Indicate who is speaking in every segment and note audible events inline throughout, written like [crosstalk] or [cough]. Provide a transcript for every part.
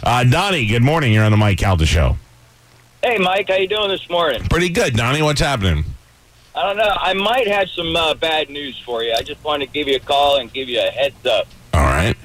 Speaker 1: Uh, Donnie, good morning. You're on the Mike Calda Show.
Speaker 2: Hey, Mike, how you doing this morning?
Speaker 1: Pretty good, Donnie. What's happening?
Speaker 2: I don't know. I might have some uh, bad news for you. I just wanted to give you a call and give you a heads up.
Speaker 1: All right.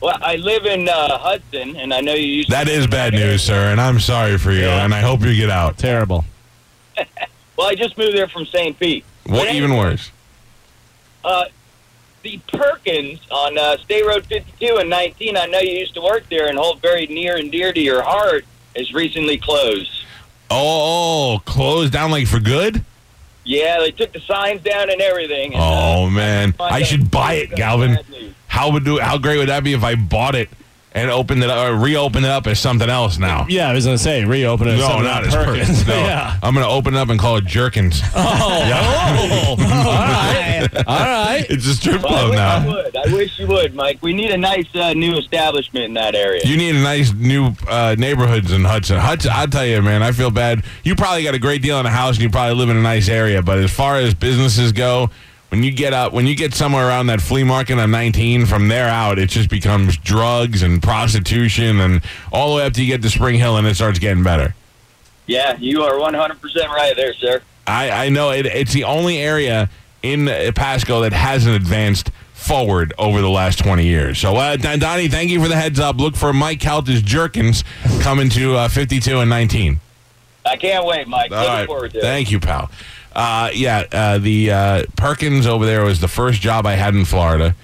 Speaker 2: Well, I live in uh, Hudson, and I know you used
Speaker 1: That
Speaker 2: to-
Speaker 1: is bad news, sir, and I'm sorry for you,
Speaker 3: Yeah.
Speaker 1: and I hope you get out.
Speaker 3: Terrible.
Speaker 2: Well, I just moved there from St. Pete.
Speaker 1: What
Speaker 2: But
Speaker 1: even worse?
Speaker 2: Uh, the Perkins on uh, State Road 52 and 19, I know you used to work there and hold very near and dear to your heart, is recently closed.
Speaker 1: Oh, closed down like for good?
Speaker 2: Yeah, they took the signs down and everything. And, uh,
Speaker 1: Oh man,
Speaker 2: find
Speaker 1: I
Speaker 2: out-
Speaker 1: should buy it, Galvin.
Speaker 2: Bad news.
Speaker 1: How would do? How great would that be if I bought it and opened it up, or reopened it up as something else now?
Speaker 3: Yeah, I was gonna say reopen it.
Speaker 1: No, not as Perkins. [laughs] No,
Speaker 3: [laughs] yeah.
Speaker 1: I'm gonna open it up and call it Jerkins.
Speaker 3: Oh, oh. all
Speaker 1: [laughs]
Speaker 3: right, all right.
Speaker 1: It's a strip
Speaker 2: Well, I
Speaker 1: club
Speaker 2: wish I
Speaker 1: now.
Speaker 2: would. I wish you would, Mike. We need a nice uh, new establishment in that area.
Speaker 1: You need a nice new uh, neighborhoods in Hudson. Hudson, I'll tell you, man, I feel bad. You probably got a great deal on a house, and you probably live in a nice area. But as far as businesses go, when you get up, when you get somewhere around that flea market on 19, from there out, it just becomes drugs and prostitution, and all the way up till you get to Spring Hill, and it starts getting better.
Speaker 2: yeah, you are 100% right there, sir.
Speaker 1: I, I know it, it's the only area in uh, Pasco that hasn't advanced forward over the last 20 years. So, uh, Don- Donnie, thank you for the heads up. Look for Mike Calta's Jerkins coming to uh, 52 and 19.
Speaker 2: I can't wait, Mike.
Speaker 1: All
Speaker 2: Looking
Speaker 1: right.
Speaker 2: forward to it.
Speaker 1: Thank you, pal. Uh, yeah, uh, the uh, Perkins over there was the first job I had in Florida.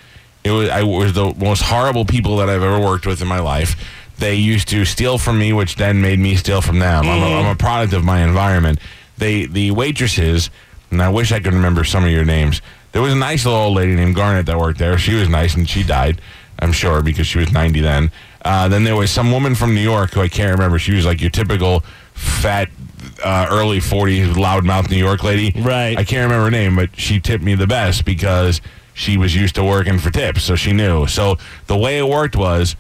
Speaker 1: It was I was the most horrible people that I've ever worked with in my life. They used to steal from me, which then made me steal from them. I'm, a, I'm a product of my environment. They the waitresses, and I wish I could remember some of your names. There was a nice little old lady named Garnet that worked there. She was nice, and she died, I'm sure, because she was 90 then. Uh, then there was some woman from New York who I can't remember. She was like your typical fat uh, early 40s loudmouth New York lady.
Speaker 3: Right.
Speaker 1: I can't remember her name, but she tipped me the best because she was used to working for tips, so she knew. So the way it worked was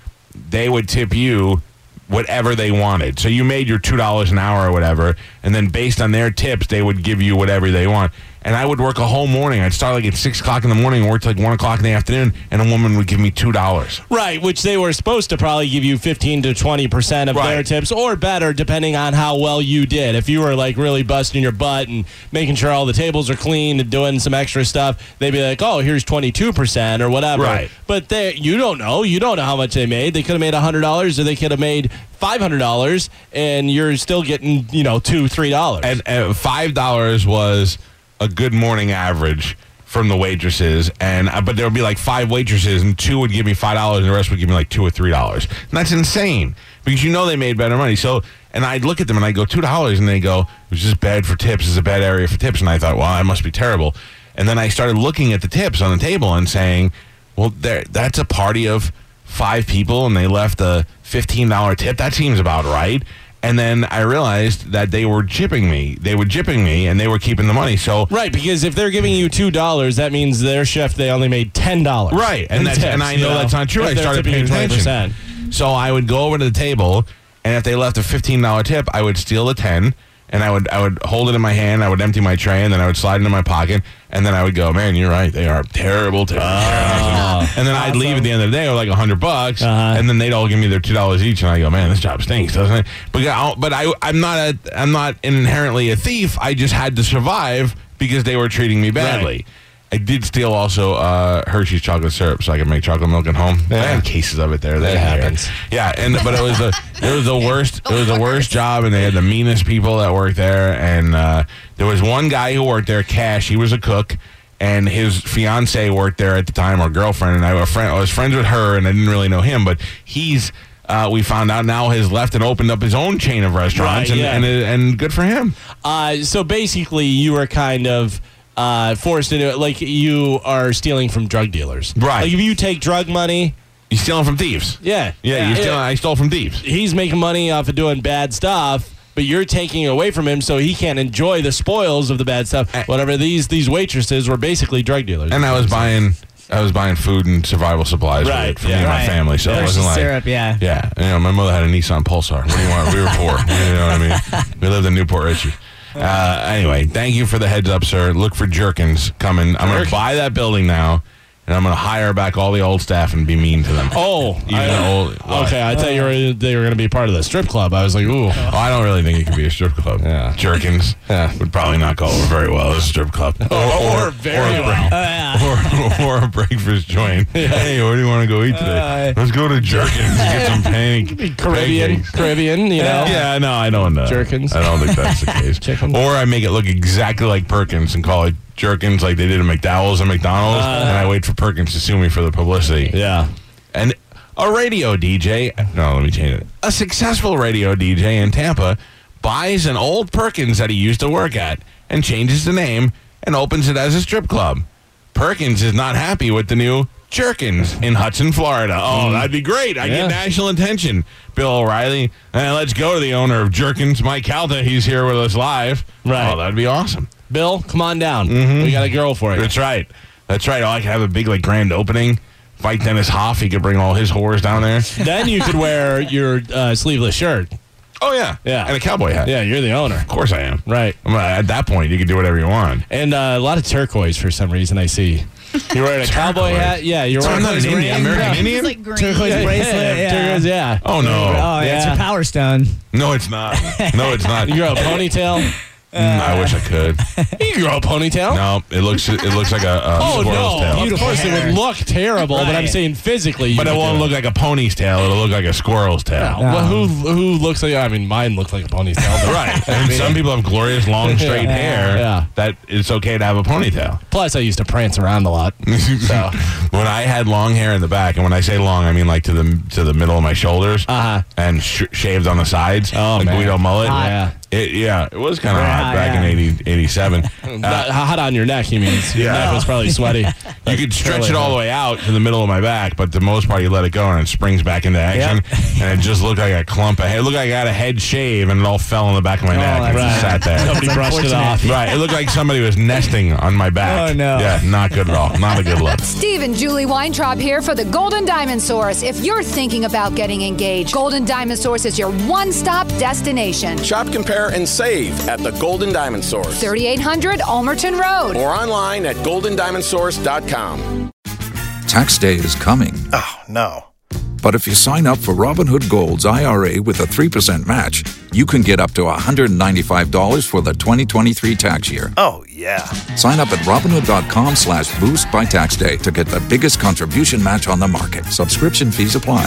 Speaker 1: they would tip you whatever they wanted. So you made your $2 an hour or whatever, and then based on their tips, they would give you whatever they want. And I would work a whole morning. I'd start like at 6 o'clock in the morning and work till like 1 o'clock in the afternoon, and a woman would give me $2.
Speaker 3: Right, which they were supposed to probably give you 15 to 20% of their
Speaker 1: Right.
Speaker 3: tips or better, depending on how well you did. If you were like really busting your butt and making sure all the tables are clean and doing some extra stuff, they'd be like, oh, here's 22% or whatever.
Speaker 1: Right.
Speaker 3: But they, you don't know. You don't know how much they made. They could have made $100 or they could have made $500 and you're still getting, you know, 2 $3.
Speaker 1: and, and five dollars was a good morning average from the waitresses and uh, but there would be like five waitresses and two would give me five dollars and the rest would give me like two or three dollars and that's insane because you know they made better money so and i'd look at them and i'd go two dollars and they go it was just bad for tips it's a bad area for tips and i thought well i must be terrible and then i started looking at the tips on the table and saying well there that's a party of five people and they left a $15 tip. That seems about right. And then I realized that they were chipping me. They were jipping me and they were keeping the money. So
Speaker 3: Right, because if they're giving you two dollars, that means their chef they only made ten dollars.
Speaker 1: Right, and that's, and I know, that's not true. I started paying attention. So I would go over to the table, and if they left a fifteen dollar tip, I would steal the ten, and I would I would hold it in my hand. I would empty my tray, and then I would slide it into my pocket, and then I would go, "Man, you're right. They are terrible, terrible." terrible." and then I'd leave at the end of the day with like a hundred bucks,
Speaker 3: Uh-huh.
Speaker 1: and then they'd all give me their two dollars each, and I go, "Man, this job stinks, doesn't it?" But yeah, I'll- but I I'm not a I'm not inherently a thief. I just had to survive because they were treating me badly. I did steal also uh, Hershey's chocolate syrup so I could make chocolate milk at home. I had cases of it there. That
Speaker 3: happens.
Speaker 1: Yeah, and but it was the it was the worst it was the worst job, and they had the meanest people that worked there. And uh, there was one guy who worked there, Cash. He was a cook, and his fiance worked there at the time, or girlfriend. And I, a friend, I was friends with her, and I didn't really know him, but he's. Uh, we found out now has left and opened up his own chain of restaurants,
Speaker 3: Right,
Speaker 1: and, and and good for him.
Speaker 3: Uh, so basically, you were kind of uh, forced into it, like you are stealing from drug dealers.
Speaker 1: Right.
Speaker 3: Like if you take drug money,
Speaker 1: You stealing from thieves?
Speaker 3: Yeah.
Speaker 1: Yeah,
Speaker 3: Yeah.
Speaker 1: you stealing. I stole from thieves.
Speaker 3: he's making money off of doing bad stuff, but you're taking it away from him so he can't enjoy the spoils of the bad stuff. Whatever these these waitresses were basically drug dealers.
Speaker 1: And I was buying, I was buying food and survival supplies with it
Speaker 3: Right,
Speaker 1: for
Speaker 3: yeah.
Speaker 1: me and
Speaker 4: Right.
Speaker 1: my family. So it
Speaker 4: Hershey's
Speaker 1: wasn't like
Speaker 4: syrup, yeah.
Speaker 1: Yeah, you know, my mother had a Nissan Pulsar. What do you want? We were
Speaker 3: [laughs]
Speaker 1: poor. You know what I mean? We lived in Newport Richie. Uh, anyway, thank you for the heads up, sir. Look for Jerkins coming. I'm going to buy that building now, and I'm going to hire back all the old staff and be mean to them.
Speaker 3: Oh,
Speaker 1: Even
Speaker 3: I-
Speaker 1: the old- what?
Speaker 3: okay. I thought you were, they were going to be part of the strip club. I was like, ooh.
Speaker 1: Oh, I don't really think it could be a strip club.
Speaker 3: Yeah.
Speaker 1: Jerkins
Speaker 3: Yeah.
Speaker 1: would probably not go over very well as a strip club. Or,
Speaker 3: [laughs] [laughs] or very Oh,
Speaker 1: a break- [laughs] Or, or a breakfast joint. Hey, where do you want to go eat today? Let's go to Jerkins and get
Speaker 3: [laughs]
Speaker 1: some pancake,
Speaker 3: [laughs] Uh, Caribbean,
Speaker 1: pancakes.
Speaker 3: Caribbean, you know.
Speaker 1: Yeah, no, I don't know.
Speaker 3: Jerkins.
Speaker 1: I don't think that's
Speaker 3: [laughs]
Speaker 1: the case.
Speaker 3: Chicken.
Speaker 1: Or I make it look exactly like Perkins and call it Jerkins like they did at McDowell's and McDonald's, and I wait for Perkins to sue me for the publicity.
Speaker 3: Uh. Yeah.
Speaker 1: And a radio DJ, no, let me change it. A successful radio DJ in Tampa buys an old Perkins that he used to work at and changes the name and opens it as a strip club. Perkins is not happy with the new Jerkins in Hudson, Florida. Oh, that'd be great. I
Speaker 3: Mm. Yeah.
Speaker 1: get national attention. Bill O'Reilly. And let's go to the owner of Jerkins, Mike Calda. He's here with us live.
Speaker 3: Right.
Speaker 1: Oh, that'd be awesome.
Speaker 3: Bill, come on down. We got a girl for you.
Speaker 1: That's right. That's right. Oh, I could have a big, like, grand opening. Fight Dennis Hoff. He could bring all his whores down there.
Speaker 3: [laughs] then you could wear your uh, sleeveless shirt.
Speaker 1: Oh yeah,
Speaker 3: Yeah.
Speaker 1: and a cowboy hat.
Speaker 3: Yeah, you're the owner.
Speaker 1: of course I am.
Speaker 3: Right.
Speaker 1: I'm, uh, at that point, you can do whatever you want.
Speaker 3: And uh, a lot of turquoise for some reason I see. [laughs] You're wearing a cowboy
Speaker 1: Turquoise.
Speaker 3: hat. Yeah, you're
Speaker 1: So I'm
Speaker 3: wearing
Speaker 1: not an Indian, American
Speaker 4: Yeah.
Speaker 1: Indian.
Speaker 5: It's like green.
Speaker 4: Turquoise
Speaker 3: Yeah,
Speaker 4: bracelet. Yeah.
Speaker 3: yeah, turquoise, yeah.
Speaker 1: oh
Speaker 4: Oh,
Speaker 1: no,
Speaker 4: yeah, it's
Speaker 3: Yeah.
Speaker 4: your power stone.
Speaker 1: no, it's not. No, it's
Speaker 3: [laughs]
Speaker 1: not.
Speaker 3: You grow a [laughs] ponytail?
Speaker 1: Mm, I wish I
Speaker 3: [laughs]
Speaker 1: could.
Speaker 3: You grow a ponytail?
Speaker 1: No, it looks it looks like a, a
Speaker 3: Oh
Speaker 1: squirrel's
Speaker 3: no!
Speaker 1: tail.
Speaker 3: Of course, it would look terrible, but I'm
Speaker 4: Right.
Speaker 3: saying physically, you
Speaker 1: But it
Speaker 3: would
Speaker 1: won't
Speaker 3: do
Speaker 1: look like a pony's tail. It'll look like a squirrel's tail.
Speaker 3: No. Well, who who looks like? I mean, mine looked like a ponytail. but-
Speaker 1: Right. And some people have glorious long straight
Speaker 3: [laughs] Yeah.
Speaker 1: hair
Speaker 3: Yeah.
Speaker 1: that it's okay to have a ponytail.
Speaker 3: [laughs] Plus, I used to prance around a lot.
Speaker 1: [laughs]
Speaker 3: So
Speaker 1: Uh, when I had long hair in the back, and when I say long, I mean like to the to the middle of my shoulders,
Speaker 3: Uh-huh.
Speaker 1: and sh- shaved on the sides,
Speaker 3: Oh,
Speaker 1: like
Speaker 3: man.
Speaker 1: Guido mullet.
Speaker 3: Hot. Yeah.
Speaker 1: it, yeah, it was kind of
Speaker 4: Yeah,
Speaker 1: hot back
Speaker 4: yeah.
Speaker 1: in 80,
Speaker 3: [laughs]
Speaker 1: 87. Uh,
Speaker 3: not hot on your neck, he means. Your
Speaker 1: Yeah.
Speaker 3: neck was probably sweaty.
Speaker 1: you could stretch
Speaker 3: curly
Speaker 1: it all the way out to the middle of my back, but the most part, you let it go and it springs back into action,
Speaker 3: [laughs]
Speaker 1: and it just looked like a clump. Of hair. It looked like I had a head shave, and it all fell on the back of my neck.
Speaker 4: that's
Speaker 1: and it just
Speaker 4: right.
Speaker 1: sat there.
Speaker 3: Oh, Somebody brushed it off.
Speaker 1: Right, it looked like somebody was nesting on my back.
Speaker 4: Oh, no.
Speaker 1: Yeah, not good at all. Not a good look.
Speaker 6: Steve and Julie Weintraub here for the Golden Diamond Source. If you're thinking about getting engaged, Golden Diamond Source is your one stop destination.
Speaker 7: Shop, compare, and save at the Golden Diamond Source
Speaker 6: 3800 Almerton Road.
Speaker 7: or online at goldendiamondsource.com.
Speaker 8: Tax day is coming.
Speaker 9: Oh, no.
Speaker 8: But if you sign up for Robinhood Gold's IRA with a 3% match, you can get up to $195 for the 2023 tax year.
Speaker 9: Oh, yeah.
Speaker 8: Sign up at Robinhood.com slash boost by tax day to get the biggest contribution match on the market. Subscription fees apply.